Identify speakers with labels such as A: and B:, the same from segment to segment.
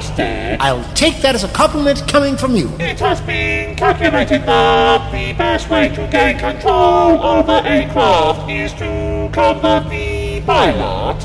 A: I'll take that as a compliment coming from you.
B: It has been calculated that the best way to gain control over a craft is to combat the pilot.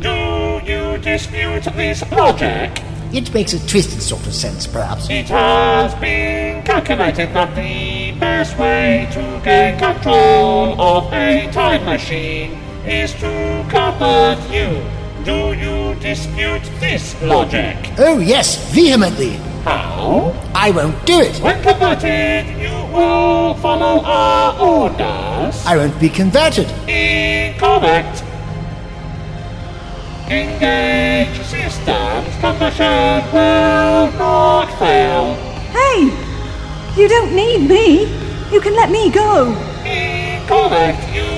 B: Do you dispute this logic?
A: It makes a twisted sort of sense, perhaps.
B: It has been calculated that the best way to gain control of a time machine is to combat you. Do you dispute this logic?
A: Oh, yes, vehemently.
B: How?
A: I won't do it.
B: When converted, you will follow our orders.
A: I won't be converted.
B: Incorrect. Engage systems. Conversion will not fail.
C: Hey! You don't need me! You can let me go!
B: Incorrect. You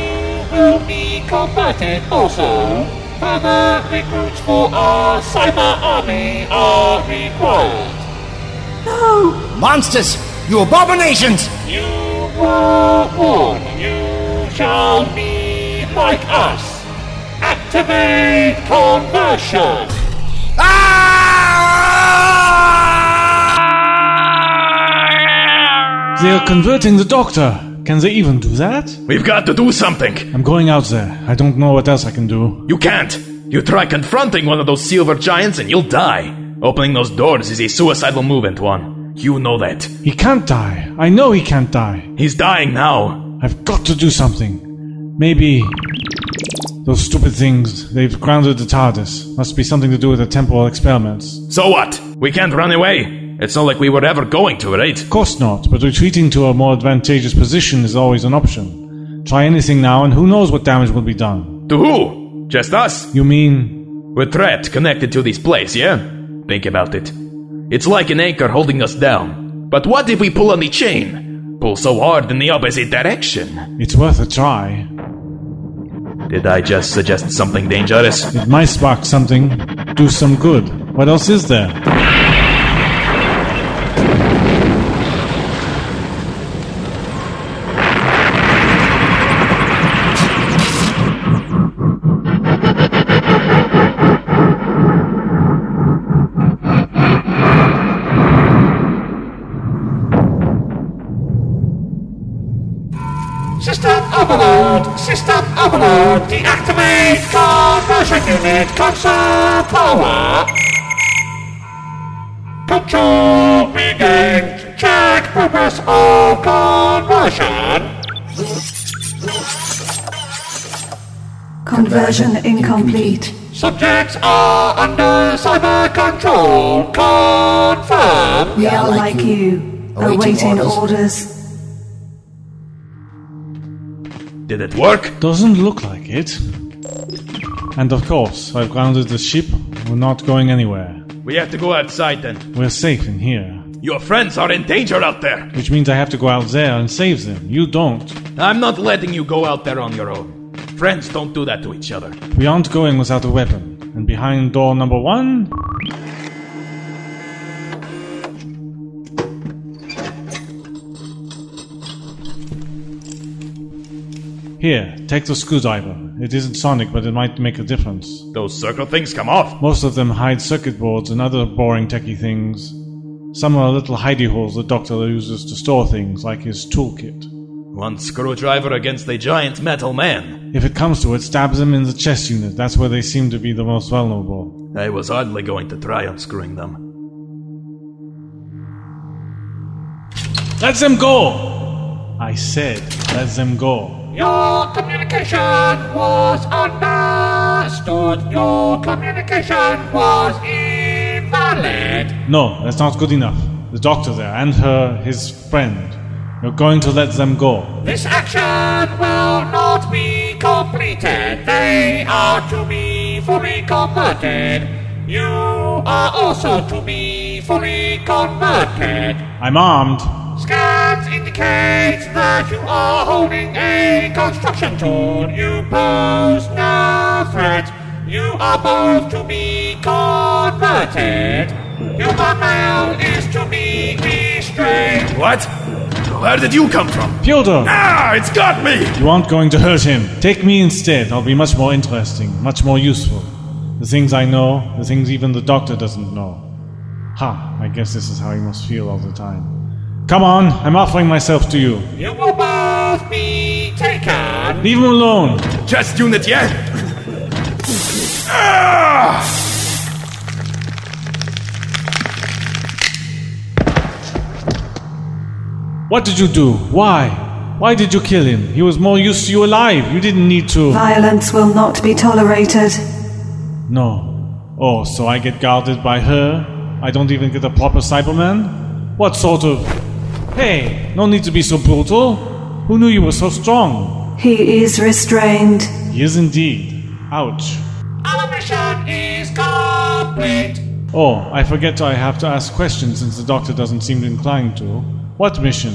B: will be converted also. Further recruits for our cyber army are required.
C: No!
A: Monsters, you abominations!
B: You were warned. You shall be like us. Activate conversion.
D: They are converting the doctor. Can they even do that?
E: We've got to do something.
D: I'm going out there. I don't know what else I can do.
E: You can't. You try confronting one of those silver giants and you'll die. Opening those doors is a suicidal move, Antoine. You know that.
D: He can't die. I know he can't die.
E: He's dying now.
D: I've got to do something. Maybe. Those stupid things. They've grounded the TARDIS. Must be something to do with the temporal experiments.
E: So what? We can't run away. It's not like we were ever going to, right?
D: Of course not, but retreating to a more advantageous position is always an option. Try anything now, and who knows what damage will be done.
E: To who? Just us?
D: You mean.
E: We're trapped, connected to this place, yeah? Think about it. It's like an anchor holding us down. But what if we pull on the chain? Pull so hard in the opposite direction.
D: It's worth a try.
E: Did I just suggest something dangerous?
D: It might spark something, do some good. What else is there?
B: System overload! System overload! Deactivate conversion unit! Console power! Control regained! Check progress of conversion!
C: Conversion incomplete.
B: Subjects are under cyber control! Confirm!
C: We are like you, awaiting orders.
E: Did it work?
D: Doesn't look like it. And of course, I've grounded the ship. We're not going anywhere.
E: We have to go outside then.
D: We're safe in here.
E: Your friends are in danger out there.
D: Which means I have to go out there and save them. You don't.
E: I'm not letting you go out there on your own. Friends don't do that to each other.
D: We aren't going without a weapon. And behind door number one. Here, take the screwdriver. It isn't sonic, but it might make a difference.
E: Those circle things come off.
D: Most of them hide circuit boards and other boring techie things. Some are little hidey holes the doctor uses to store things, like his toolkit.
E: One screwdriver against a giant metal man.
D: If it comes to it, stabs them in the chest unit. That's where they seem to be the most vulnerable.
E: I was hardly going to try unscrewing them.
D: Let them go! I said, let them go.
B: Your communication was understood! Your communication was invalid!
D: No, that's not good enough. The doctor there and her, his friend. You're going to let them go.
B: This action will not be completed. They are to be fully converted. You are also to be fully converted.
D: I'm armed.
B: Scans indicate that you are holding a construction tool. You pose no threat. You are both to be converted. Human male is to be restrained.
E: What? Where did you come from?
D: Piotr!
E: Ah, it's got me!
D: You aren't going to hurt him. Take me instead. I'll be much more interesting, much more useful. The things I know, the things even the doctor doesn't know. Ha, I guess this is how you must feel all the time. Come on, I'm offering myself to you.
B: You will both be taken.
D: Leave him alone!
E: Just unit, yeah?
D: What did you do? Why? Why did you kill him? He was more used to you alive. You didn't need to.
C: Violence will not be tolerated.
D: No. Oh, so I get guarded by her? I don't even get a proper Cyberman? What sort of. Hey, no need to be so brutal. Who knew you were so strong?
C: He is restrained.
D: He is indeed. Ouch.
B: Our mission is complete.
D: Oh, I forget I have to ask questions since the doctor doesn't seem inclined to. What mission?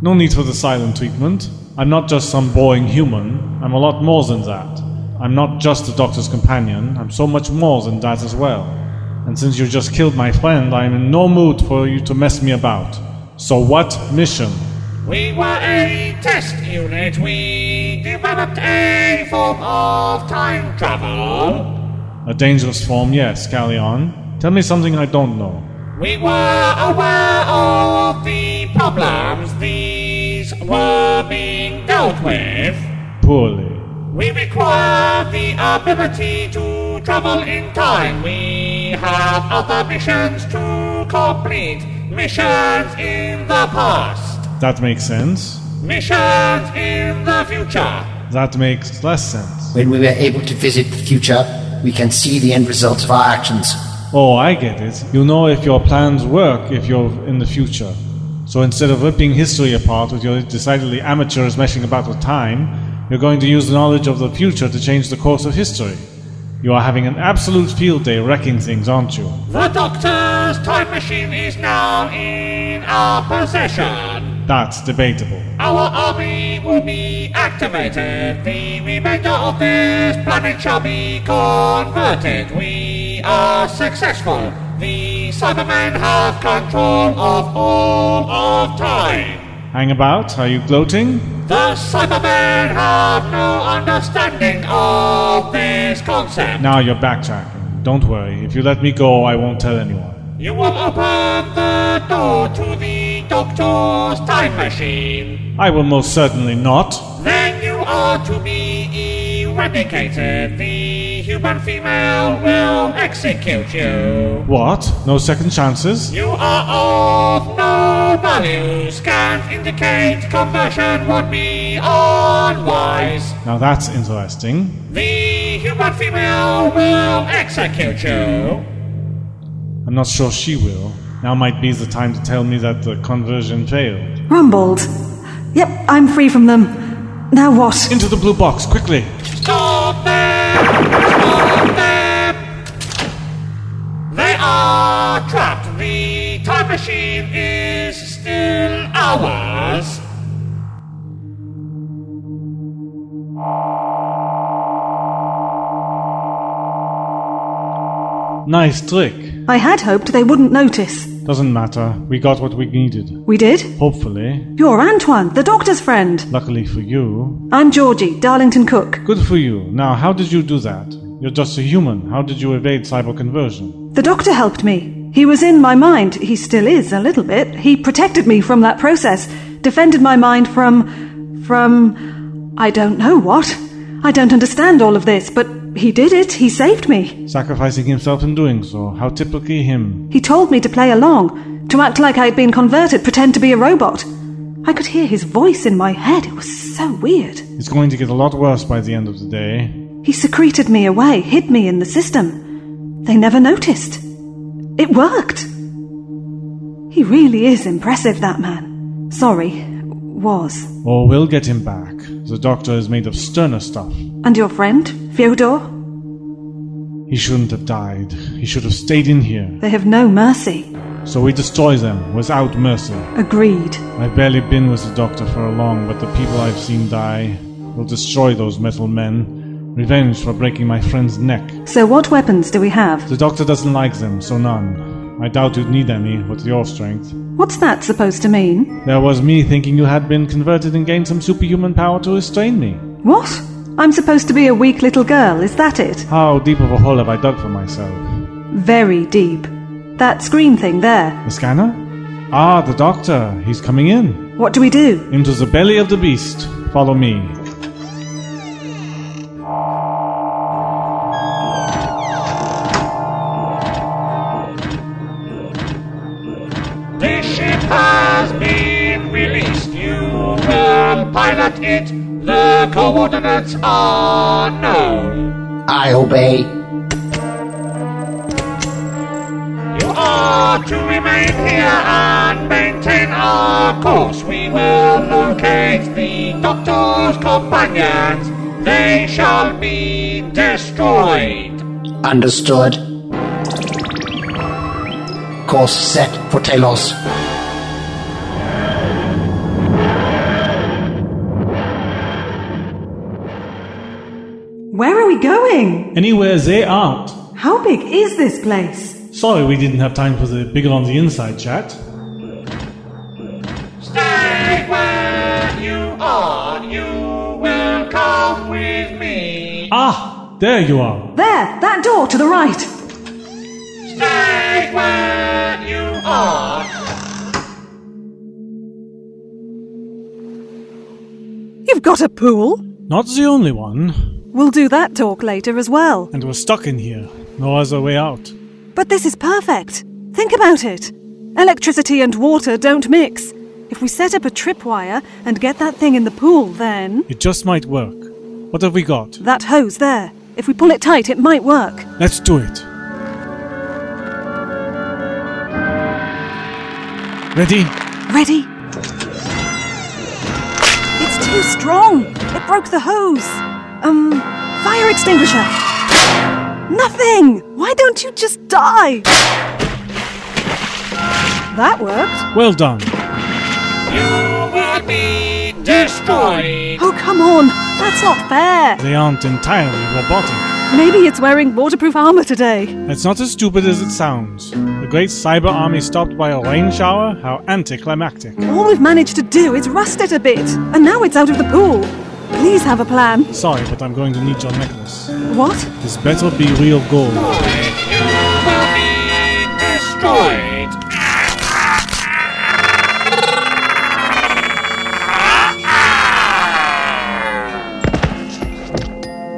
D: No need for the silent treatment. I'm not just some boring human. I'm a lot more than that. I'm not just the doctor's companion. I'm so much more than that as well. And since you just killed my friend, I'm in no mood for you to mess me about. So what mission?
B: We were a test unit. We developed a form of time travel.
D: A dangerous form, yes. Carry on. Tell me something I don't know.
B: We were aware of the problems these were being dealt with.
D: Poorly.
B: We require the ability to travel in time. We have other missions to complete. Missions in the past.
D: That makes sense.
B: Missions in the future.
D: That makes less sense.
F: When we were able to visit the future, we can see the end results of our actions.
D: Oh, I get it. You know if your plans work if you're in the future. So instead of ripping history apart with your decidedly amateurs messing about with time, you're going to use the knowledge of the future to change the course of history. You are having an absolute field day wrecking things, aren't you?
B: The Doctor's time machine is now in our possession.
D: That's debatable.
B: Our army will be activated. The remainder of this planet shall be converted. We are successful. The Cybermen have control of all of time.
D: Hang about? Are you gloating?
B: The Cybermen have no understanding of this concept.
D: Now you're backtracking. Don't worry. If you let me go, I won't tell anyone.
B: You will open the door to the Doctor's time machine.
D: I will most certainly not.
B: Then you are to be eradicated. The human female will execute you.
D: What? No second chances?
B: You are of no value. Scans indicate conversion would be unwise.
D: Now that's interesting.
B: The human female will execute you.
D: I'm not sure she will. Now might be the time to tell me that the conversion failed.
C: Rumbled. Yep, I'm free from them. Now what?
D: Into the blue box, quickly!
B: Stop them! Stop them! They are trapped. The time machine is still ours.
D: Nice trick.
C: I had hoped they wouldn't notice.
D: Doesn't matter. We got what we needed.
C: We did?
D: Hopefully.
C: You're Antoine, the doctor's friend.
D: Luckily for you.
C: I'm Georgie, Darlington Cook.
D: Good for you. Now, how did you do that? You're just a human. How did you evade cyber conversion?
C: The doctor helped me. He was in my mind. He still is, a little bit. He protected me from that process, defended my mind from. from. I don't know what. I don't understand all of this, but he did it. He saved me.
D: Sacrificing himself in doing so. How typically him.
C: He told me to play along, to act like I had been converted, pretend to be a robot. I could hear his voice in my head. It was so weird.
D: It's going to get a lot worse by the end of the day.
C: He secreted me away, hid me in the system. They never noticed. It worked. He really is impressive, that man. Sorry, was.
D: Or we'll get him back. The doctor is made of sterner stuff.
C: And your friend, Fyodor?
D: He shouldn't have died. He should have stayed in here.
C: They have no mercy.
D: So we destroy them without mercy.
C: Agreed.
D: I've barely been with the doctor for long, but the people I've seen die will destroy those metal men. Revenge for breaking my friend's neck.
C: So, what weapons do we have?
D: The doctor doesn't like them, so none. I doubt you'd need any with your strength.
C: What's that supposed to mean?
D: There was me thinking you had been converted and gained some superhuman power to restrain me.
C: What? I'm supposed to be a weak little girl, is that it?
D: How deep of a hole have I dug for myself?
C: Very deep. That screen thing there.
D: The scanner? Ah, the doctor. He's coming in.
C: What do we do?
D: Into the belly of the beast. Follow me.
B: The ship has been released. You can pilot it. The coordinates are known.
F: I obey.
B: You are to remain here and maintain our course. We will locate the Doctor's companions. They shall be destroyed.
F: Understood. Course set for Telos.
C: Where are we going?
D: Anywhere they aren't.
C: How big is this place?
D: Sorry we didn't have time for the bigger on the inside chat.
B: Stay where you are. You will come with me.
D: Ah, there you are.
C: There, that door to the right.
B: Stay where you are.
C: You've got a pool.
D: Not the only one.
C: We'll do that talk later as well.
D: And we're stuck in here. No other way out.
C: But this is perfect. Think about it. Electricity and water don't mix. If we set up a tripwire and get that thing in the pool, then.
D: It just might work. What have we got?
C: That hose there. If we pull it tight, it might work.
D: Let's do it. Ready?
C: Ready? It's too strong! It broke the hose! Um, fire extinguisher! Nothing! Why don't you just die? That worked.
D: Well done.
B: You will be destroyed.
C: Oh, come on! That's not fair!
D: They aren't entirely robotic.
C: Maybe it's wearing waterproof armor today.
D: It's not as stupid as it sounds. The great cyber army stopped by a rain shower? How anticlimactic.
C: All we've managed to do is rust it a bit, and now it's out of the pool. Please have a plan.
D: Sorry, but I'm going to need your necklace.
C: What?
D: This better be real gold.
B: You will be destroyed.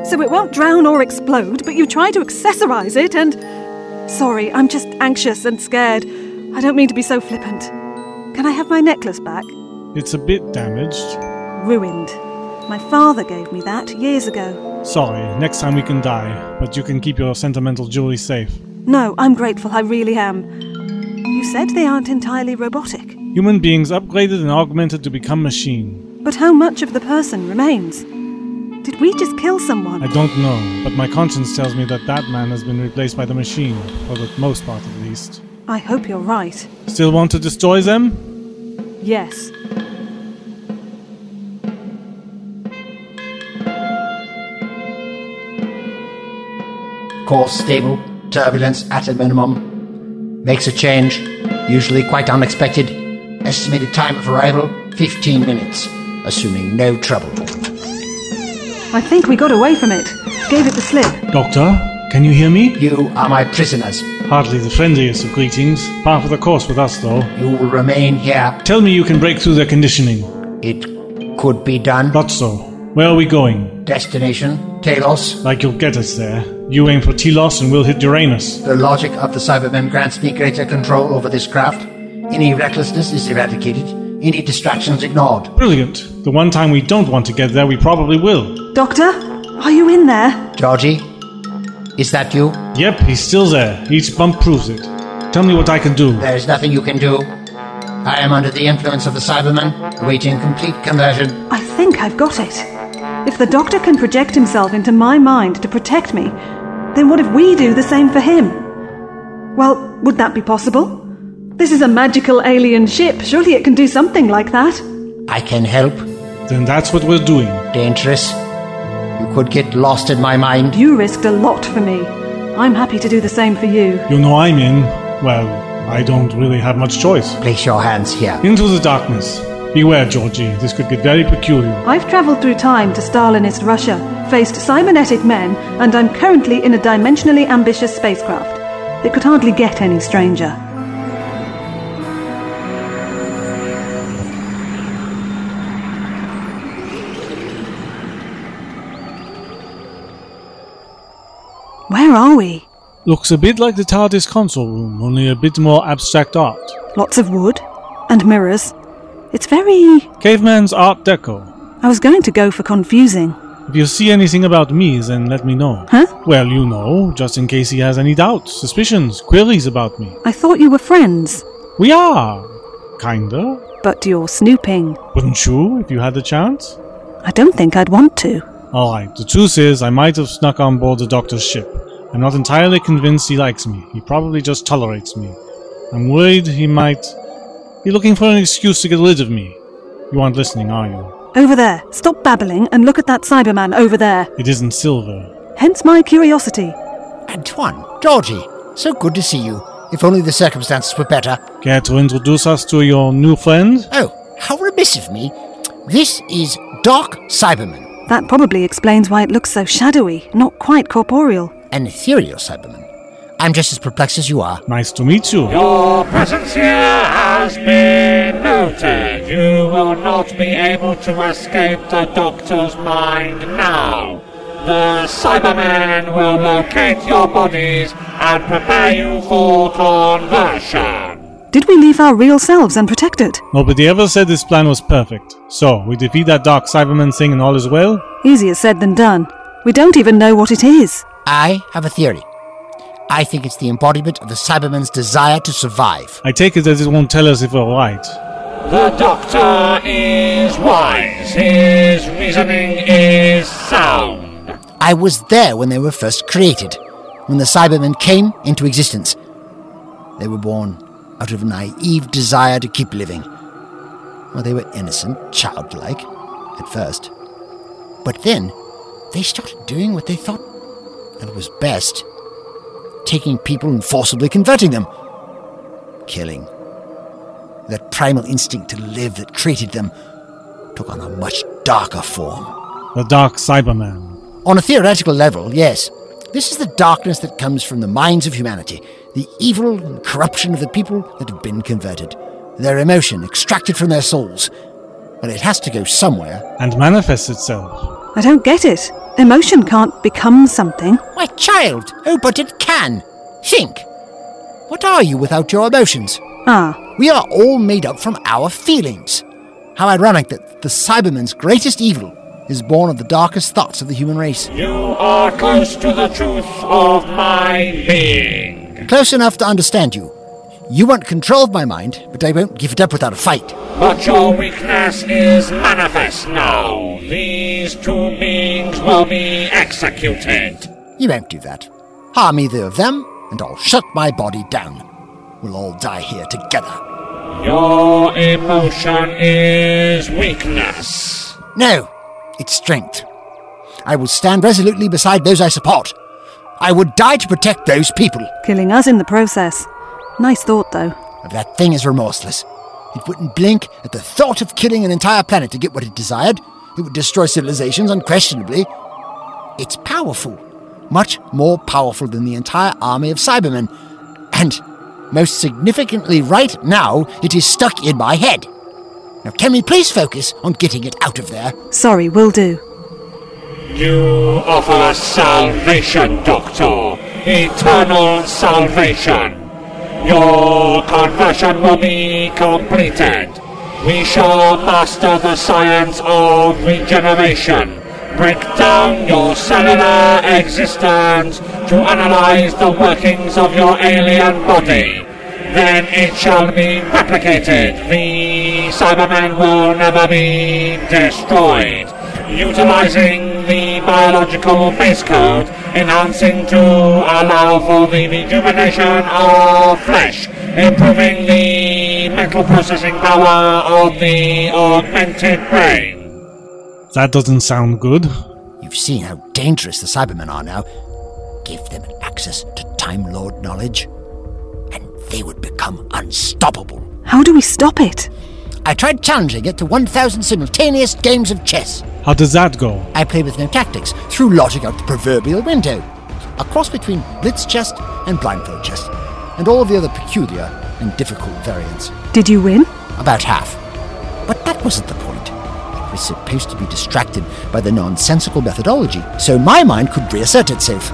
C: So it won't drown or explode, but you try to accessorize it and. Sorry, I'm just anxious and scared. I don't mean to be so flippant. Can I have my necklace back?
D: It's a bit damaged.
C: Ruined. My father gave me that years ago.
D: Sorry, next time we can die, but you can keep your sentimental jewelry safe.
C: No, I'm grateful, I really am. You said they aren't entirely robotic,
D: Human beings upgraded and augmented to become machine.
C: but how much of the person remains? Did we just kill
D: I
C: someone?
D: don't know, but my conscience tells me that that man has been replaced by the machine, for the most part at least.
C: I hope you're right.
D: Still want to destroy them?
C: Yes.
F: Course stable. Turbulence at a minimum. Makes a change. Usually quite unexpected. Estimated time of arrival 15 minutes. Assuming no trouble.
C: I think we got away from it. Gave it the slip.
D: Doctor, can you hear me?
F: You are my prisoners.
D: Hardly the friendliest of greetings. Par for the course with us, though.
F: You will remain here.
D: Tell me you can break through their conditioning.
F: It could be done.
D: Not so. Where are we going?
F: Destination Talos.
D: Like you'll get us there. You aim for Telos and we'll hit Uranus.
F: The logic of the Cybermen grants me greater control over this craft. Any recklessness is eradicated. Any distractions ignored.
D: Brilliant. The one time we don't want to get there, we probably will.
C: Doctor, are you in there?
F: Georgie, is that you?
D: Yep, he's still there. Each bump proves it. Tell me what I can do.
F: There is nothing you can do. I am under the influence of the Cybermen, awaiting complete conversion.
C: I think I've got it. If the doctor can project himself into my mind to protect me, then what if we do the same for him? Well, would that be possible? This is a magical alien ship. Surely it can do something like that.
F: I can help.
D: Then that's what we're doing.
F: Dangerous. You could get lost in my mind.
C: You risked a lot for me. I'm happy to do the same for you.
D: You know I'm in. Well, I don't really have much choice.
F: Place your hands here.
D: Into the darkness. Beware, Georgie. This could get very peculiar.
C: I've travelled through time to Stalinist Russia, faced cybernetic men, and I'm currently in a dimensionally ambitious spacecraft. It could hardly get any stranger. Where are we?
D: Looks a bit like the TARDIS console room, only a bit more abstract art.
C: Lots of wood and mirrors. It's very.
D: Caveman's Art Deco.
C: I was going to go for confusing.
D: If you see anything about me, then let me know.
C: Huh?
D: Well, you know, just in case he has any doubts, suspicions, queries about me.
C: I thought you were friends,
D: We are. Kinda.
C: but you're snooping.
D: Wouldn't you if you had the chance?
C: I don't think I'd want to.
D: Alright, the truth is, Oh, I might have snuck on board the doctor's ship. I'm not entirely convinced he likes me. He probably just tolerates me. I'm worried he might be looking for an excuse to get rid of me. You aren't listening, are you?
C: Over there, stop babbling and look at that Cyberman over there.
D: It isn't Silver.
C: Hence my curiosity.
A: Antoine, Georgie, so good to see you. If only the circumstances were better.
D: Care to introduce us to your new friend?
A: Oh, how remiss of me. This is Dark Cyberman,
C: That probably explains why it looks so shadowy, not quite corporeal.
A: an ethereal Cyberman. I'm just as perplexed as you are.
D: Nice to meet you.
B: Your presence here has been noted. You will not be able to escape the Doctor's mind now. The Cybermen will locate your bodies and prepare you for conversion.
C: Did we leave our real selves unprotected?
D: Nobody ever said this plan was perfect. So, we defeat that dark Cyberman thing and all is well?
C: Easier said than done. We don't even know what it is.
A: I have a theory. I think it's the embodiment of the Cyberman's desire to survive.
D: I take it that it won't tell us if we're right.
B: The Doctor is wise. His reasoning is sound.
A: I was there when they were first created, when the Cybermen came into existence. They were born out of a naive desire to keep living. Well, they were innocent, childlike, at first. But then, they started doing what they thought that was best taking people and forcibly converting them, killing. That primal instinct to live that created them took on a much darker form.
D: The dark Cyberman.
A: On a theoretical level, yes. This is the darkness that comes from the minds of humanity, the evil and corruption of the people that have been converted, their emotion extracted from their souls. But it has to go somewhere.
D: And manifests itself.
C: I don't get it. Emotion can't become something.
A: Why, child! Oh, but it can! Think! What are you without your emotions?
C: Ah,
A: We are all made up from our feelings. How ironic that the Cyberman's greatest evil is born of the darkest thoughts of the human race.
B: You are close to the truth of my being.
A: Close enough to understand you. You want control of my mind, but I won't give it up without a fight.
B: But your weakness is manifest now. These two beings will be executed.
A: You won't do that. Harm either of them, and I'll shut my body down. We'll all die here together.
B: Your emotion is weakness.
A: No, it's strength. I will stand resolutely beside those I support. I would die to protect those people.
C: killing us in the process. Nice thought, though.
A: If that thing is remorseless, it wouldn't blink at the thought of killing an entire planet to get what it desired. It would destroy civilizations, unquestionably. It's powerful. Much more powerful than the entire army of Cybermen. And, most significantly, right now, it is stuck in my head. Now, can we please focus on getting it out of there?
C: Sorry, will do.
B: You offer us salvation, Doctor. Eternal salvation. Your conversion will be completed. We shall master the science of regeneration. Break down your cellular existence to analyze the workings of your alien body. Then it shall be replicated. The Cybermen will never be destroyed. Utilizing the biological base code, enhancing to allow for the rejuvenation of flesh, improving the mental processing power of the augmented brain.
D: That doesn't sound good.
A: You've seen how dangerous the Cybermen are now. Give them access to Time Lord knowledge, and they would become unstoppable.
C: How do we stop it?
A: I tried challenging it to 1,000 simultaneous games of chess.
D: How does that go?
A: I play with no tactics, threw logic out the proverbial window. A cross between blitz chess and blindfold chest, and all of the other peculiar and difficult variants.
C: Did you win?
A: About half. But that wasn't the point. It was supposed to be distracted by the nonsensical methodology, so my mind could reassert itself.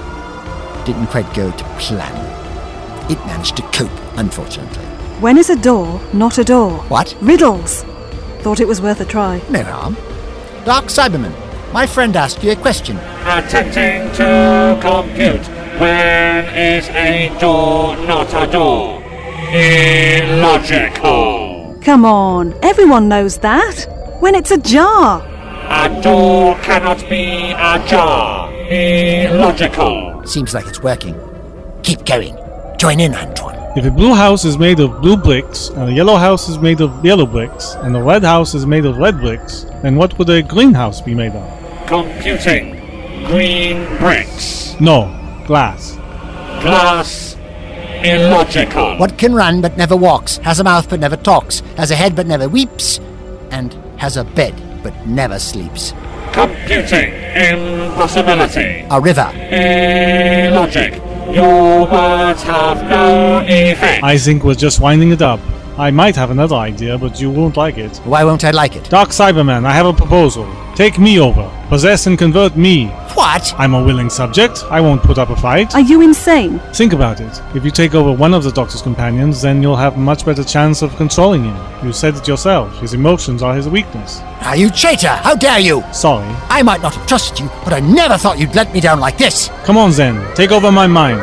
A: Didn't quite go to plan. It managed to cope, unfortunately.
C: When is a door not a door?
A: What?
C: Riddles! Thought it was worth a try.
A: No harm. Dark Cyberman, my friend asked you a question.
B: Attempting to compute when is a door not a door? Illogical.
C: Come on, everyone knows that. When it's ajar.
B: A door cannot be ajar. Illogical.
A: Seems like it's working. Keep going. Join in, Antoine.
D: If a blue house is made of blue bricks, and a yellow house is made of yellow bricks, and a red house is made of red bricks, then what would a green house be made of?
B: Computing. Green bricks.
D: No, glass.
B: Glass. Illogical.
A: What can run but never walks, has a mouth but never talks, has a head but never weeps, and has a bed but never sleeps.
B: Computing. Impossibility.
A: A river.
B: Illogic. Your words have no effect.
D: I think we're just winding it up. I might have another idea, but you won't like it.
A: Why won't I like it?
D: Dark Cyberman, I have a proposal. Take me over. Possess and convert me.
A: What?
D: I'm a willing subject. I won't put up a fight.
C: Are you insane?
D: Think about it. If you take over one of the Doctor's companions, then you'll have much better chance of controlling him. You said it yourself. His emotions are his weakness.
A: Are you traitor? How dare you?
D: Sorry.
A: I might not have trusted you, but I never thought you'd let me down like this.
D: Come on, Zen. Take over my mind.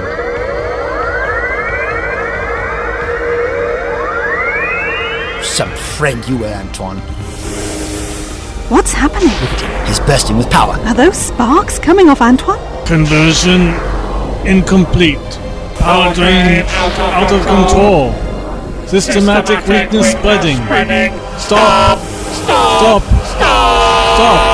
A: Some friend you were, Antoine.
C: What's happening?
A: He's bursting with power.
C: Are those sparks coming off Antoine?
D: Conversion incomplete. Power drain out of control. Systematic weakness spreading. Stop.
B: Stop.
D: Stop. Stop.